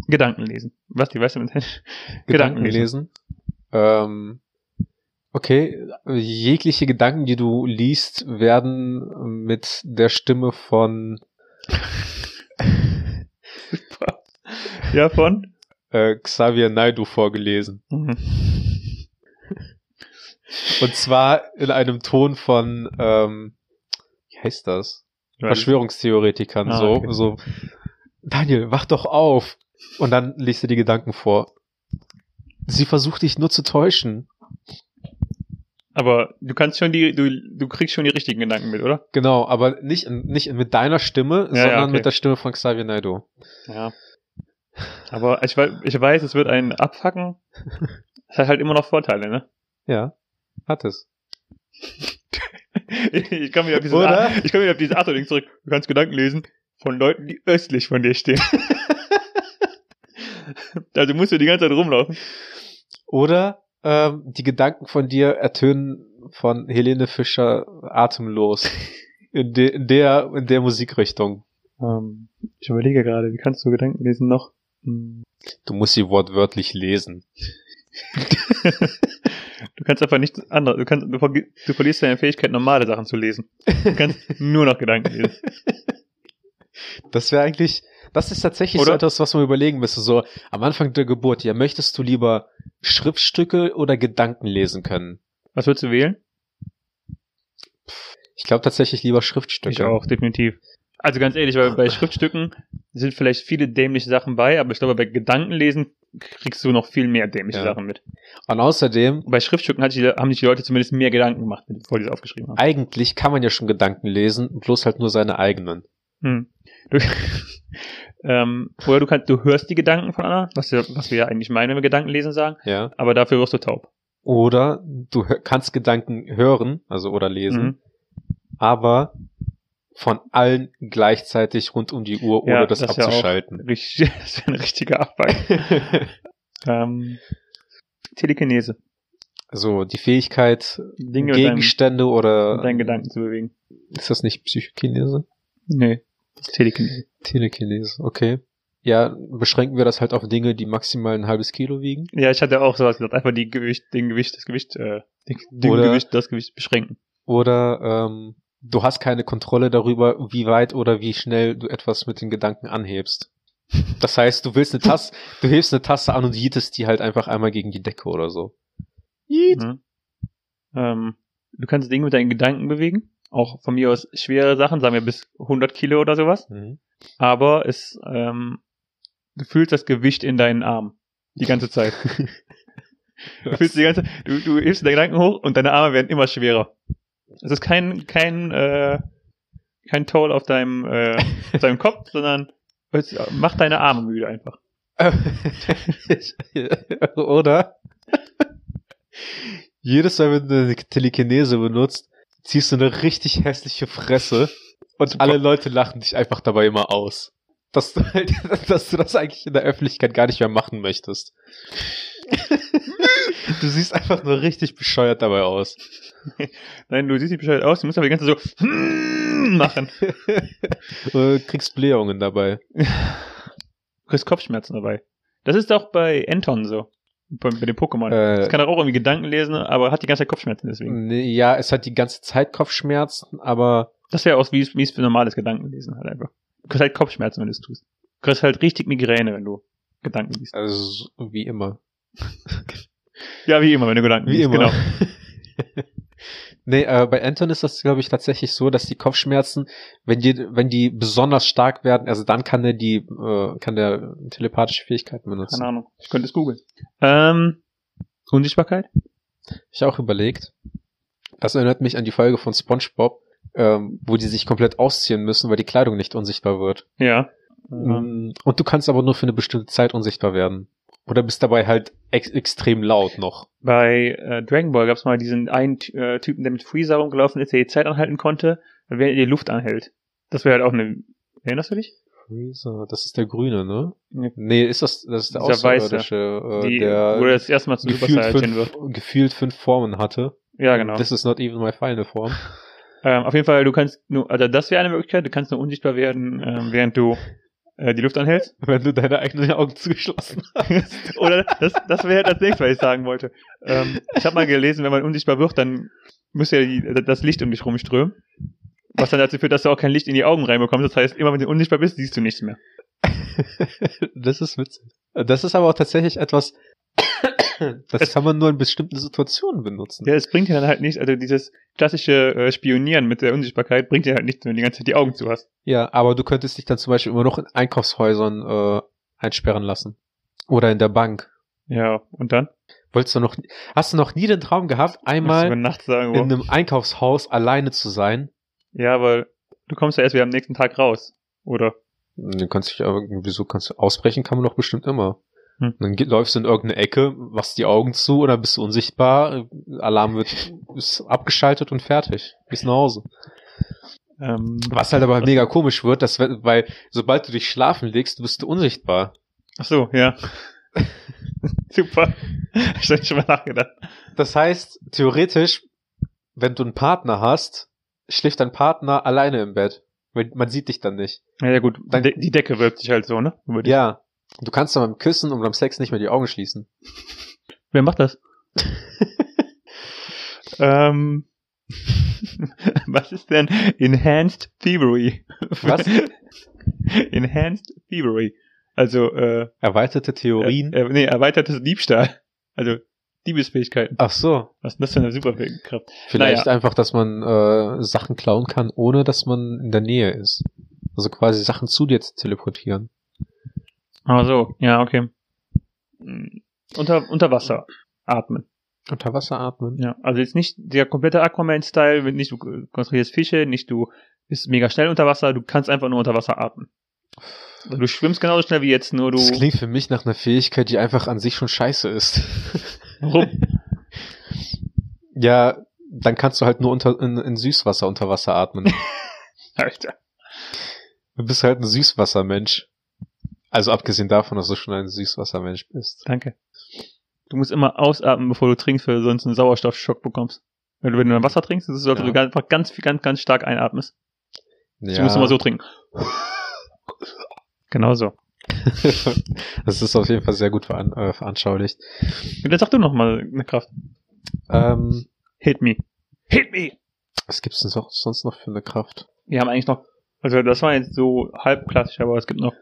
S1: Gedanken lesen. Was, die weißt du mit
S2: Gedanken
S1: Gedanken
S2: lesen. Ähm, okay, jegliche Gedanken, die du liest, werden mit der Stimme von
S1: Ja, von? Mhm.
S2: äh, Xavier Naidu vorgelesen. Und zwar in einem Ton von, ähm, wie heißt das? Verschwörungstheoretikern.
S1: Ah,
S2: so,
S1: okay.
S2: so, Daniel, wach doch auf. Und dann liest du die Gedanken vor. Sie versucht dich nur zu täuschen.
S1: Aber du kannst schon die, du, du kriegst schon die richtigen Gedanken mit, oder?
S2: Genau, aber nicht, in- nicht mit deiner Stimme,
S1: Ja, ja,
S2: sondern
S1: okay.
S2: mit der Stimme von Xavier Naidoo.
S1: Ja. Aber ich, wei- ich weiß, es wird einen abhacken. Es hat halt immer noch Vorteile, ne?
S2: Ja, hat es.
S1: Ich komme wieder auf dieses,
S2: Oder?
S1: A- ich komme wieder auf dieses Arthur-Ding zurück. Du kannst Gedanken lesen von Leuten, die östlich von dir stehen. also musst du die ganze Zeit rumlaufen.
S2: Oder ähm, die Gedanken von dir ertönen von Helene Fischer atemlos. In, de in, der, in der Musikrichtung.
S1: Ähm, ich überlege gerade, wie kannst du Gedanken lesen noch? Hm,
S2: Du musst sie wortwörtlich lesen.
S1: Du kannst einfach nichts anderes. Du, kannst, du, vergi- du verlierst deine Fähigkeit, normale Sachen zu lesen. Du kannst nur noch Gedanken lesen.
S2: Das wäre eigentlich, das ist tatsächlich so
S1: Oder?
S2: etwas, was man überlegen müsste. So am Anfang der Geburt, ja, möchtest du lieber Schriftstücke oder Gedanken lesen können?
S1: Was würdest du wählen?
S2: Ich glaube tatsächlich lieber Schriftstücke.
S1: Ich auch, definitiv. Also ganz ehrlich, weil bei Schriftstücken sind vielleicht viele dämliche Sachen bei, aber ich glaube, bei Gedankenlesen kriegst du noch viel mehr dämliche
S2: Ja.
S1: Sachen mit.
S2: Und außerdem,
S1: Bei Schriftstücken hat sich die- haben sich die Leute zumindest mehr Gedanken gemacht, bevor die es aufgeschrieben haben.
S2: eigentlich kann man ja schon Gedanken lesen, bloß halt nur seine eigenen.
S1: Hm. Du, ähm, oder du kannst, du hörst die Gedanken von anderen, was, wir- was wir ja eigentlich meinen, wenn wir Gedanken lesen sagen,
S2: Ja.
S1: aber dafür wirst du taub.
S2: Oder du hö- kannst Gedanken hören, also oder lesen,
S1: Mhm.
S2: aber von allen gleichzeitig rund um die Uhr, ohne
S1: Ja,
S2: das,
S1: das ja auch.
S2: abzuschalten.
S1: Mhm. Richtig, das ist ein richtiger Abweichung. ähm, Telekinese.
S2: also die Fähigkeit,
S1: Dinge mit deinem,
S2: Gegenstände
S1: mit
S2: oder
S1: um deinen Gedanken zu bewegen.
S2: ist das nicht Psychokinese?
S1: Nee, das ist Telekinese.
S2: Telekinese, okay. Ja, beschränken wir das halt auf Dinge, die maximal ein halbes Kilo wiegen.
S1: Ja, ich hatte auch sowas gesagt. Einfach die Gewicht, den Gewicht, das Gewicht, äh, den, den
S2: Oder-
S1: Gewicht, das Gewicht beschränken.
S2: Oder ähm, du hast keine Kontrolle darüber, wie weit oder wie schnell du etwas mit den Gedanken anhebst. Das heißt, du willst eine Tasse, du hebst eine Tasse an und jietest die halt einfach einmal gegen die Decke oder so. Jiet.
S1: Mhm. Ähm, du kannst Dinge mit deinen Gedanken bewegen. Auch von mir aus schwere Sachen, sagen wir bis 100 Kilo oder sowas.
S2: Mhm.
S1: Aber es, ähm, du fühlst das Gewicht in deinen Armen. Die ganze Zeit. Du fühlst die ganze, du, du hebst deine Gedanken hoch und deine Arme werden immer schwerer. Es ist kein, kein, äh, kein Toll auf deinem, äh, auf deinem Kopf, sondern es äh, macht deine Arme müde einfach.
S2: oder? Jedes Mal, wenn du eine Telekinese benutzt, ziehst du eine richtig hässliche Fresse und alle Leute lachen dich einfach dabei immer aus. Dass du, halt, dass du das eigentlich in der Öffentlichkeit gar nicht mehr machen möchtest. du siehst einfach nur richtig bescheuert dabei aus.
S1: Nein, du siehst nicht bescheuert aus, du musst aber die ganze Zeit so "Hmm" machen.
S2: Äh, kriegst Blähungen dabei.
S1: Du kriegst Kopfschmerzen dabei. Das ist auch bei Anton so. Bei, bei dem Pokémon.
S2: Äh. Mhm.
S1: das kann er auch irgendwie Gedanken lesen, aber hat die ganze Zeit Kopfschmerzen deswegen.
S2: Nee, ja, es hat die ganze Zeit Kopfschmerzen, aber
S1: Das wäre aus, wie es wie es für normales Gedankenlesen halt einfach. Du kriegst halt Kopfschmerzen, wenn du es tust. Du kriegst halt richtig Migräne, wenn du Gedanken liest.
S2: also, wie immer.
S1: Ja, wie immer, wenn du Gedanken
S2: Wie
S1: liest. Genau.
S2: immer. nee, äh, bei Anton ist das, glaube ich, tatsächlich so, dass die Kopfschmerzen, wenn die, wenn die besonders stark werden, also dann kann er die, äh, kann der telepathische Fähigkeiten benutzen.
S1: Keine Ahnung. Ich könnte es googeln. Ähm, Unsichtbarkeit?
S2: Ich auch überlegt. Das erinnert mich an die Folge von SpongeBob, ähm, wo die sich komplett ausziehen müssen, weil die Kleidung nicht unsichtbar wird.
S1: Ja. Ähm,
S2: Mm, Und du kannst aber nur für eine bestimmte Zeit unsichtbar werden. Oder bist dabei halt ex extrem laut noch.
S1: Bei äh, Dragon Ball gab es mal diesen einen Ty- äh, Typen, der mit Freezer rumgelaufen ist, der die Zeit anhalten konnte, während er die Luft anhält. Das wäre halt auch eine. Erinnerst du dich?
S2: Freezer, das ist der Grüne, ne?
S1: Ja.
S2: Nee, ist das, das ist der
S1: Dieser Weiße.
S2: Außerirdische, äh,
S1: Die,
S2: der
S1: wo er das erste Mal zu Super
S2: gefühlt
S1: Saiyajin wird.
S2: fünf, gefühlt fünf Formen hatte.
S1: Ja, genau.
S2: This is not even my final form.
S1: Ähm, auf jeden Fall, du kannst nur, also das wäre eine Möglichkeit, du kannst nur unsichtbar werden, ähm, während du äh, die Luft anhältst.
S2: Wenn du deine eigenen Augen zugeschlossen hast.
S1: Oder das, das wäre das nächste, was ich sagen wollte. Ähm, ich habe mal gelesen, wenn man unsichtbar wird, dann muss ja die, das Licht um dich rumströmen. Was dann dazu führt, dass du auch kein Licht in die Augen reinbekommst. Das heißt, immer wenn du unsichtbar bist, siehst du nichts mehr.
S2: das ist witzig. Das ist aber auch tatsächlich etwas, das kann man nur in bestimmten Situationen benutzen.
S1: Ja, es bringt dir dann halt nichts, also dieses klassische äh, Spionieren mit der Unsichtbarkeit bringt dir halt nichts, wenn du die ganze Zeit die Augen zu hast.
S2: Ja, aber du könntest dich dann zum Beispiel immer noch in Einkaufshäusern äh, einsperren lassen. Oder in der Bank.
S1: Ja, und dann?
S2: Wolltest du noch, hast du noch nie den Traum gehabt,
S1: Musst du über
S2: einmal
S1: Nacht sagen,
S2: in
S1: wo.
S2: einem Einkaufshaus alleine zu sein?
S1: Ja, aber du kommst ja erst wieder am nächsten Tag raus. Oder?
S2: Du kannst dich aber, wieso kannst du, ausbrechen kann man doch bestimmt immer.
S1: Hm.
S2: Dann geht, läufst du in irgendeine Ecke, machst die Augen zu oder bist du unsichtbar, äh, Alarm wird ist abgeschaltet und fertig. Bist nach Hause.
S1: Ähm,
S2: Was halt aber mega komisch wird, dass, wenn- weil sobald du dich schlafen legst, bist du unsichtbar.
S1: Ach so, ja. Super. Ich hab schon mal nachgedacht.
S2: Das heißt, theoretisch, wenn du einen Partner hast, schläft dein Partner alleine im Bett. Weil man sieht dich dann nicht.
S1: Ja, ja gut.
S2: Dann-
S1: De die Decke wirkt sich halt so, ne? Über dich.
S2: Ja. Du kannst dann beim Küssen und beim Sex nicht mehr die Augen schließen.
S1: Wer macht das? ähm, was ist denn Enhanced Thievery?
S2: Was?
S1: Enhanced Thievery. Also, äh,
S2: Erweiterte Theorien.
S1: Äh, nee, erweitertes Diebstahl. Also, Diebesfähigkeiten.
S2: Ach so.
S1: Was ist das für eine Superkraft?
S2: Vielleicht einfach, dass man äh, Sachen klauen kann, ohne dass man in der Nähe ist. Also quasi Sachen zu dir zu teleportieren.
S1: Ach so, ja, okay. Mm, Unter, unter Wasser atmen.
S2: Unter Wasser atmen.
S1: Ja, also jetzt nicht der komplette Aquaman-Style, wenn nicht du konstruierst Fische, nicht du bist mega schnell unter Wasser, du kannst einfach nur unter Wasser atmen. Also du schwimmst genauso schnell wie jetzt, nur du.
S2: Das klingt für mich nach einer Fähigkeit, die einfach an sich schon scheiße ist.
S1: Warum?
S2: ja, dann kannst du halt nur unter, in, in Süßwasser unter Wasser atmen.
S1: Alter.
S2: Du bist halt ein Süßwassermensch. Also abgesehen davon, dass du schon ein Süßwassermensch bist.
S1: Danke. Du musst immer ausatmen, bevor du trinkst, weil du sonst einen Sauerstoffschock bekommst. Wenn du, wenn du dann Wasser trinkst, das sollte
S2: Ja.
S1: du ganz- einfach ganz, viel- ganz, ganz stark einatmest.
S2: Ja.
S1: Das musst du mal so trinken. Genau so.
S2: das ist auf jeden Fall sehr gut veran äh, veranschaulicht.
S1: Und jetzt sag du nochmal eine Kraft.
S2: Ähm,
S1: Hit me. Hit me!
S2: was gibt's denn so, sonst noch für eine Kraft?
S1: wir haben eigentlich noch, also das war jetzt so halb klassisch, aber es gibt noch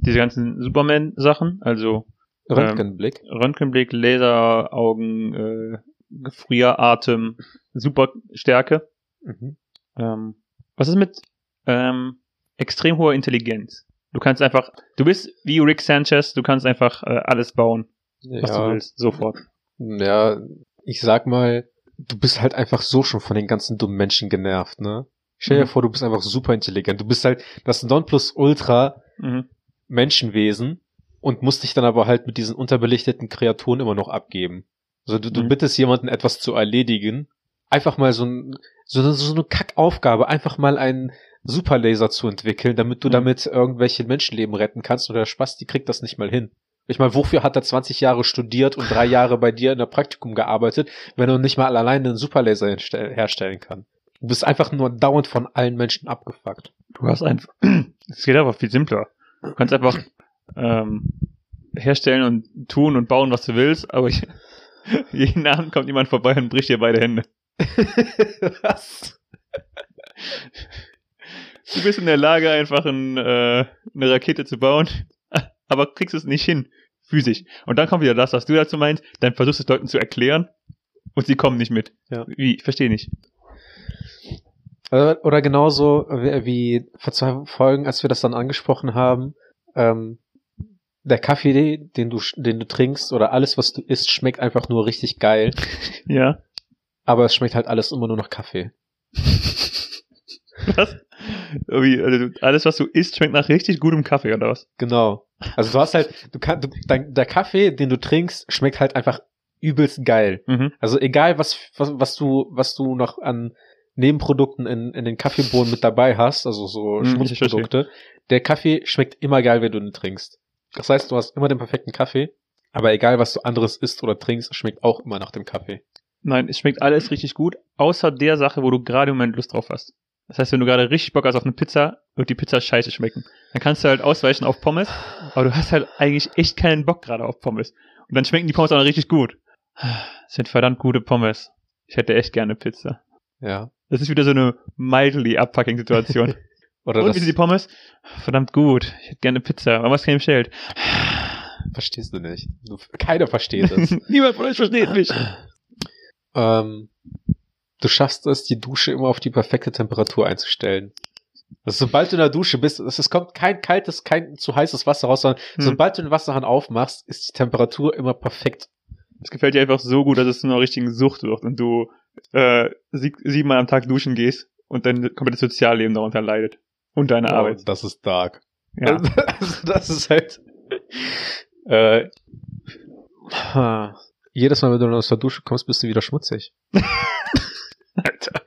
S1: diese ganzen Superman-Sachen, also
S2: Ähm, Röntgenblick.
S1: Röntgenblick, Laseraugen, äh, Gefrieratem, Superstärke.
S2: Mhm.
S1: Ähm, was ist mit ähm, extrem hoher Intelligenz? Du kannst einfach, du bist wie Rick Sanchez, du kannst einfach äh, alles bauen, was du
S2: Ja,
S1: willst, sofort.
S2: ja, ich sag mal, du bist halt einfach so schon von den ganzen dummen Menschen genervt, ne? Stell dir
S1: Mhm.
S2: vor, du bist einfach super intelligent. Du bist halt das Nonplusultra
S1: Mhm.
S2: Menschenwesen und musst dich dann aber halt mit diesen unterbelichteten Kreaturen immer noch abgeben. Also du, du
S1: Mhm.
S2: bittest jemanden etwas zu erledigen, einfach mal so, ein, so, eine, so eine Kackaufgabe, einfach mal einen Superlaser zu entwickeln, damit du
S1: Mhm.
S2: damit irgendwelche Menschenleben retten kannst und der Spaß, die kriegt das nicht mal hin. Ich meine, wofür hat er 20 Jahre studiert und drei Jahre bei dir in der Praktikum gearbeitet, wenn er nicht mal alleine einen Superlaser hinstell- herstellen kann? Du bist einfach nur dauernd von allen Menschen abgefuckt.
S1: Du hast einfach. Es geht aber viel simpler. Du kannst einfach ähm, herstellen und tun und bauen, was du willst, aber ich, jeden Abend kommt jemand vorbei und bricht dir beide Hände.
S2: Was?
S1: Du bist in der Lage, einfach ein, äh, eine Rakete zu bauen, aber kriegst es nicht hin. Physisch. Und dann kommt wieder das, was du dazu meinst, dann versuchst du es Leuten zu erklären und sie kommen nicht mit.
S2: Ja.
S1: Wie? Ich verstehe nicht.
S2: Äh, Oder genauso wie, wie vor zwei Folgen, als wir das dann angesprochen haben, ähm, der Kaffee, den du, sch- den du trinkst oder alles, was du isst, schmeckt einfach nur richtig geil.
S1: Ja.
S2: Aber es schmeckt halt alles immer nur nach Kaffee.
S1: Was? Irgendwie, also, du- alles, was du isst, schmeckt nach richtig gutem Kaffee, oder was?
S2: Genau. Also du hast halt, du kannst, du, dein, der Kaffee, den du trinkst, schmeckt halt einfach übelst geil.
S1: Mhm.
S2: Also egal, was, was, was du, was du noch an Nebenprodukten in, in den Kaffeebohnen mit dabei hast, also so
S1: Hm, ich
S2: Schmutzprodukte, der Kaffee schmeckt immer geil, wenn du ihn trinkst. Das heißt, du hast immer den perfekten Kaffee, aber egal, was du anderes isst oder trinkst, schmeckt auch immer nach dem Kaffee.
S1: Nein, es schmeckt alles richtig gut, außer der Sache, wo du gerade im Moment Lust drauf hast. Das heißt, wenn du gerade richtig Bock hast auf eine Pizza, wird die Pizza scheiße schmecken. Dann kannst du halt ausweichen auf Pommes, aber du hast halt eigentlich echt keinen Bock gerade auf Pommes. Und dann schmecken die Pommes auch noch richtig gut. Das sind verdammt gute Pommes. Ich hätte echt gerne Pizza.
S2: Ja.
S1: Das ist wieder so eine mildly abfucking Situation.
S2: Oder
S1: Und
S2: das
S1: wie sind die Pommes? Verdammt gut. Ich hätte gerne Pizza. Warum hast du keine bestellt?
S2: verstehst du nicht. Du, keiner versteht es.
S1: Niemand von euch versteht mich.
S2: ähm, du schaffst es, die Dusche immer auf die perfekte Temperatur einzustellen. Also, sobald du in der Dusche bist, es, es kommt kein kaltes, kein zu heißes Wasser raus, sondern
S1: Hm.
S2: sobald du den Wasserhahn aufmachst, ist die Temperatur immer perfekt.
S1: es gefällt dir einfach so gut, dass es zu einer richtigen Sucht wird und du äh, sieb siebenmal am Tag duschen gehst und dein komplettes Sozialleben darunter leidet. Und deine Arbeit.
S2: Oh, das ist dark.
S1: Ja.
S2: Also, das ist halt. Äh, ha. jedes Mal, wenn du aus der Dusche kommst, bist du wieder schmutzig. Alter.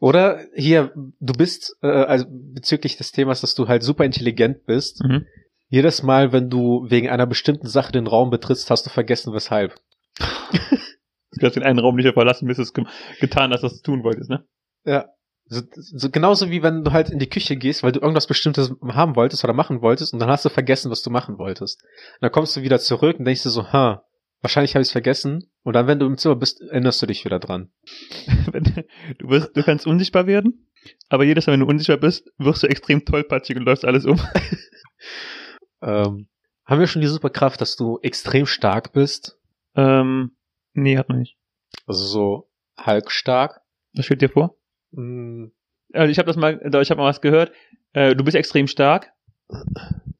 S2: Oder hier, du bist, äh, also bezüglich des Themas, dass du halt super intelligent bist.
S1: Mhm.
S2: Jedes Mal, wenn du wegen einer bestimmten Sache den Raum betrittst, hast du vergessen, weshalb.
S1: Du hast den einen Raum nicht mehr verlassen, bis du es ge getan hast, was du tun wolltest, ne?
S2: So, so genauso wie wenn du halt in die Küche gehst, weil du irgendwas Bestimmtes haben wolltest oder machen wolltest und dann hast du vergessen, was du machen wolltest. Und dann kommst du wieder zurück und denkst dir so, ha, wahrscheinlich habe ich es vergessen. Und dann, wenn du im Zimmer bist, erinnerst du dich wieder dran.
S1: Wenn- Du, wirst, du kannst unsichtbar werden, aber jedes Mal, wenn du unsichtbar bist, wirst du extrem tollpatschig und läufst alles um.
S2: Ähm, haben wir schon die Superkraft, dass du extrem stark bist?
S1: Ähm, nee, hat man nicht.
S2: Also so halbstark?
S1: Was steht dir vor?
S2: Hm,
S1: Also ich habe das mal, ich habe mal was gehört. Äh, du bist extrem stark,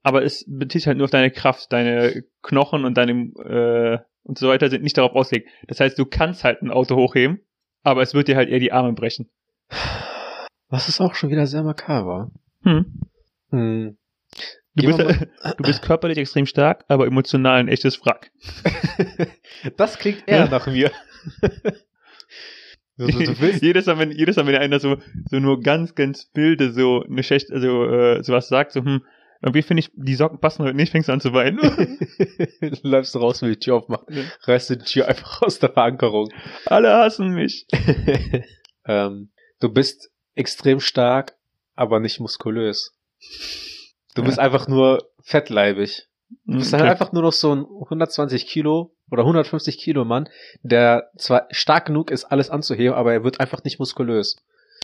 S1: aber es bezieht sich halt nur auf deine Kraft, deine Knochen und deine äh, und so weiter sind nicht darauf ausgelegt. Das heißt, du kannst halt ein Auto hochheben, aber es wird dir halt eher die Arme brechen.
S2: Was ist auch schon wieder sehr makaber.
S1: Hm.
S2: Hm.
S1: Du,
S2: Gehen
S1: bist, halt
S2: wir
S1: du bist körperlich extrem stark, aber emotional ein echtes Frack.
S2: Das klingt
S1: eher
S2: nach mir. du, Also, du, du willst
S1: jedes Mal, wenn jedes Mal, wenn einer so so nur ganz ganz wilde so eine schlecht also äh, sowas sagt, so hm, irgendwie finde ich die Socken passen heute nicht, fängst du an zu weinen.
S2: Du läufst raus, wenn die Tür aufmacht,
S1: Ja.
S2: reißt du die Tür einfach aus der Verankerung.
S1: Alle hassen mich.
S2: ähm, du bist extrem stark, aber nicht muskulös. Du bist einfach nur fettleibig. Du bist halt einfach nur noch so ein 120 Kilo oder 150 Kilo Mann, der zwar stark genug ist, alles anzuheben, aber er wird einfach nicht muskulös.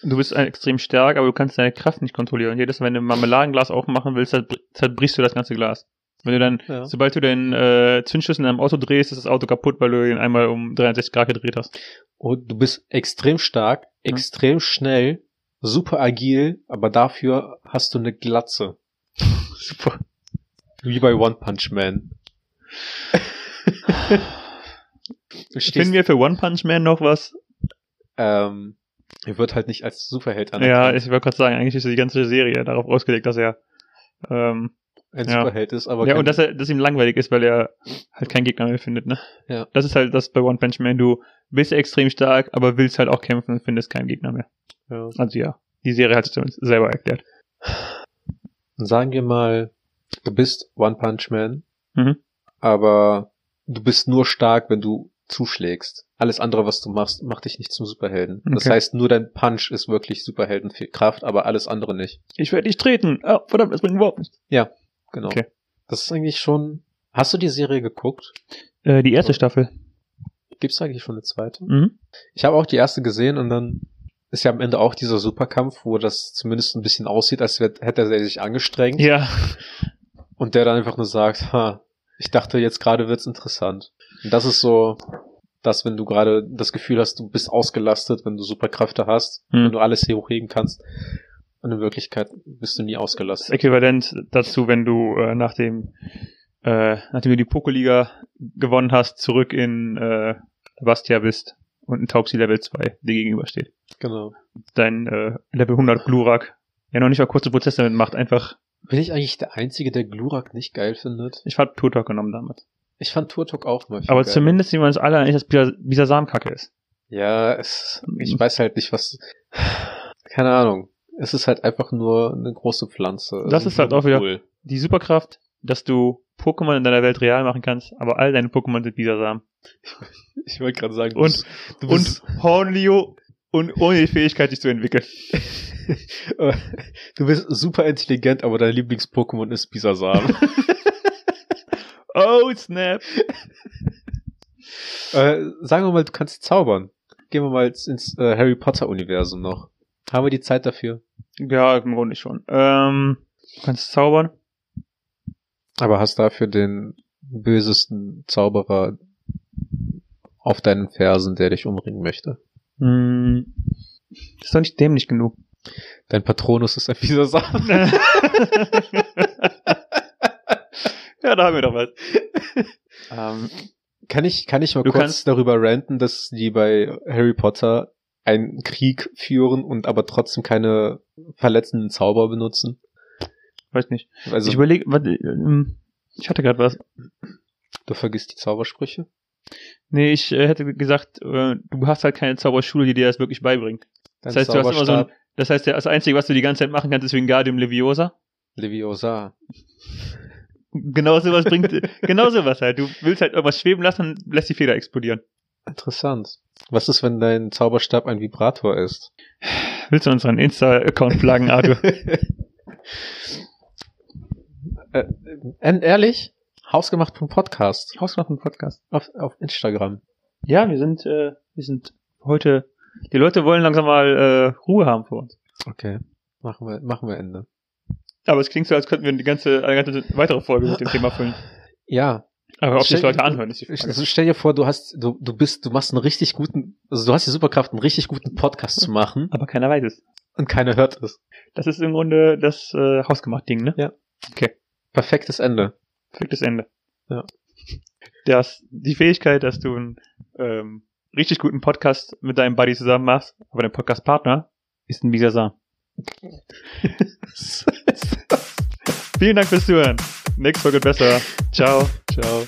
S1: Du bist ein- extrem stark, aber du kannst deine Kraft nicht kontrollieren. Jedes Mal, wenn du ein Marmeladenglas aufmachen willst, dann br- zerbrichst du das ganze Glas. Wenn du dann,
S2: Ja.
S1: sobald du den äh, Zündschlüssel in einem Auto drehst, ist das Auto kaputt, weil du ihn einmal um 63 Grad gedreht hast.
S2: Und du bist extrem stark, extrem schnell, super agil, aber dafür hast du eine Glatze. super. Wie bei One Punch Man. du
S1: Finden
S2: stehst,
S1: wir für One Punch Man noch was?
S2: ähm, er wird halt nicht als Superheld
S1: Ja,
S2: anerkannt.
S1: ich wollte gerade sagen, eigentlich ist die ganze Serie darauf ausgelegt, dass er ähm,
S2: ein
S1: Ja.
S2: Superheld ist, aber
S1: ja,
S2: kein-
S1: und dass, er, dass ihm langweilig ist, weil er halt keinen Gegner mehr findet, ne?
S2: Ja.
S1: Das ist halt das bei One Punch Man, du bist extrem stark, aber willst halt auch kämpfen und findest keinen Gegner mehr.
S2: ja.
S1: Also ja, die Serie hat es uns selber erklärt.
S2: sagen wir mal, du bist One Punch Man,
S1: Mhm.
S2: aber du bist nur stark, wenn du zuschlägst. Alles andere, was du machst, macht dich nicht zum Superhelden. Das
S1: Okay.
S2: heißt, nur dein Punch ist wirklich Superhelden viel Kraft, aber alles andere nicht.
S1: Ich werde dich treten. Oh, verdammt, das bringt überhaupt nichts.
S2: Genau.
S1: Okay.
S2: Das ist eigentlich schon. Hast du die Serie geguckt?
S1: Äh, die erste
S2: Oh.
S1: Staffel.
S2: Gibt's eigentlich schon eine zweite?
S1: Mhm.
S2: Ich habe auch die erste gesehen und dann ist ja am Ende auch dieser Superkampf, wo das zumindest ein bisschen aussieht, als wär- hätte er sich angestrengt
S1: Ja.
S2: und der dann einfach nur sagt, ha, ich dachte jetzt gerade wird's interessant. Und das ist so, dass wenn du gerade das Gefühl hast, du bist ausgelastet, wenn du Superkräfte hast,
S1: Hm.
S2: wenn du alles hier hochheben kannst und in Wirklichkeit bist du nie
S1: Das
S2: ausgelastet.
S1: Äquivalent dazu, wenn du äh, nach dem, äh, nachdem du die Pokoliga gewonnen hast, zurück in äh, Bastia bist und ein Taubsi Level 2 dir gegenübersteht.
S2: Genau.
S1: Dein äh, Level 100 Glurak, der noch nicht mal kurze Prozesse damit macht, einfach,
S2: Bin ich eigentlich der Einzige, der Glurak nicht geil findet?
S1: ich hab Turtok genommen damit.
S2: Ich fand Turtok auch mal viel
S1: Aber
S2: geil.
S1: zumindest sehen wir uns alle einig, dass Bisa- Bisasam-Kacke ist.
S2: Ja, es, ich weiß halt nicht, was. Keine Ahnung. Es ist halt einfach nur eine große Pflanze.
S1: Das
S2: Es
S1: ist halt auch wieder-
S2: cool.
S1: Die Superkraft, dass du Pokémon in deiner Welt real machen kannst, aber all deine Pokémon sind Bisasam.
S2: Ich wollte gerade sagen, du
S1: Und-
S2: bist, du bist,
S1: Und Hornlio und ohne die Fähigkeit, dich zu entwickeln.
S2: du bist super intelligent, aber dein Lieblings-Pokémon ist Bisasam.
S1: Oh, snap.
S2: äh, sagen wir mal, du kannst zaubern. Gehen wir mal ins, ins äh, Harry Potter-Universum noch. Haben wir die Zeit dafür?
S1: Ja, im Grunde schon. Ähm, du kannst zaubern.
S2: Aber hast dafür den bösesten Zauberer auf deinen Fersen, der dich umbringen möchte.
S1: Hm, ist doch nicht dämlich genug.
S2: Dein Patronus ist ein Bisasam.
S1: ja, da haben wir doch was. ähm,
S2: Kann ich, kann ich mal
S1: Du
S2: kurz
S1: kannst-
S2: darüber ranten, dass die bei Harry Potter einen Krieg führen und aber trotzdem keine verletzenden Zauber benutzen?
S1: weiß nicht.
S2: Also
S1: ich überlege, warte, ähm, ich hatte gerade was.
S2: du vergisst die Zaubersprüche?
S1: Nee, ich äh, hätte gesagt, äh, du hast halt keine Zauberschule, die dir das wirklich beibringt.
S2: Dein
S1: heißt, du hast immer so
S2: Zauberstab
S1: Das heißt, das Einzige, was du die ganze Zeit machen kannst, ist Wingardium Leviosa.
S2: Leviosa.
S1: Genau sowas bringt, genau sowas halt. Du willst halt irgendwas schweben lassen und lässt die Feder explodieren.
S2: Interessant. Was ist, wenn dein Zauberstab ein Vibrator ist?
S1: Willst du unseren Insta-Account flaggen, Arthur?
S2: äh, äh, ehrlich? Hausgemacht.podcast
S1: Hausgemachten Podcast.
S2: auf, auf Instagram.
S1: Ja, wir sind, äh, wir sind heute. Die Leute wollen langsam mal äh, Ruhe haben vor uns.
S2: Okay. Machen wir, machen wir Ende.
S1: Aber es klingt so, als könnten wir die ganze, eine ganze weitere Folge mit dem Thema füllen.
S2: Ja,
S1: Aber ob sich
S2: Stell-
S1: Leute anhören, ist die
S2: Ich-
S1: Frage.
S2: Also stell dir vor, du hast, du, du bist, du machst einen richtig guten, also du hast die Superkraft, einen richtig guten Podcast zu machen
S1: Aber keiner weiß es.
S2: und keiner hört es.
S1: Das ist im Grunde das äh, Hausgemacht-Ding, ne?
S2: Perfektes Ende.
S1: Perfektes Ende.
S2: Ja.
S1: Das, die Fähigkeit, dass du einen ähm, richtig guten Podcast mit deinem Buddy zusammen machst, aber dein Podcast-Partner ist ein Bisasam. Vielen Dank fürs Zuhören. Nächste Folge wird besser. Ciao.
S2: Ciao.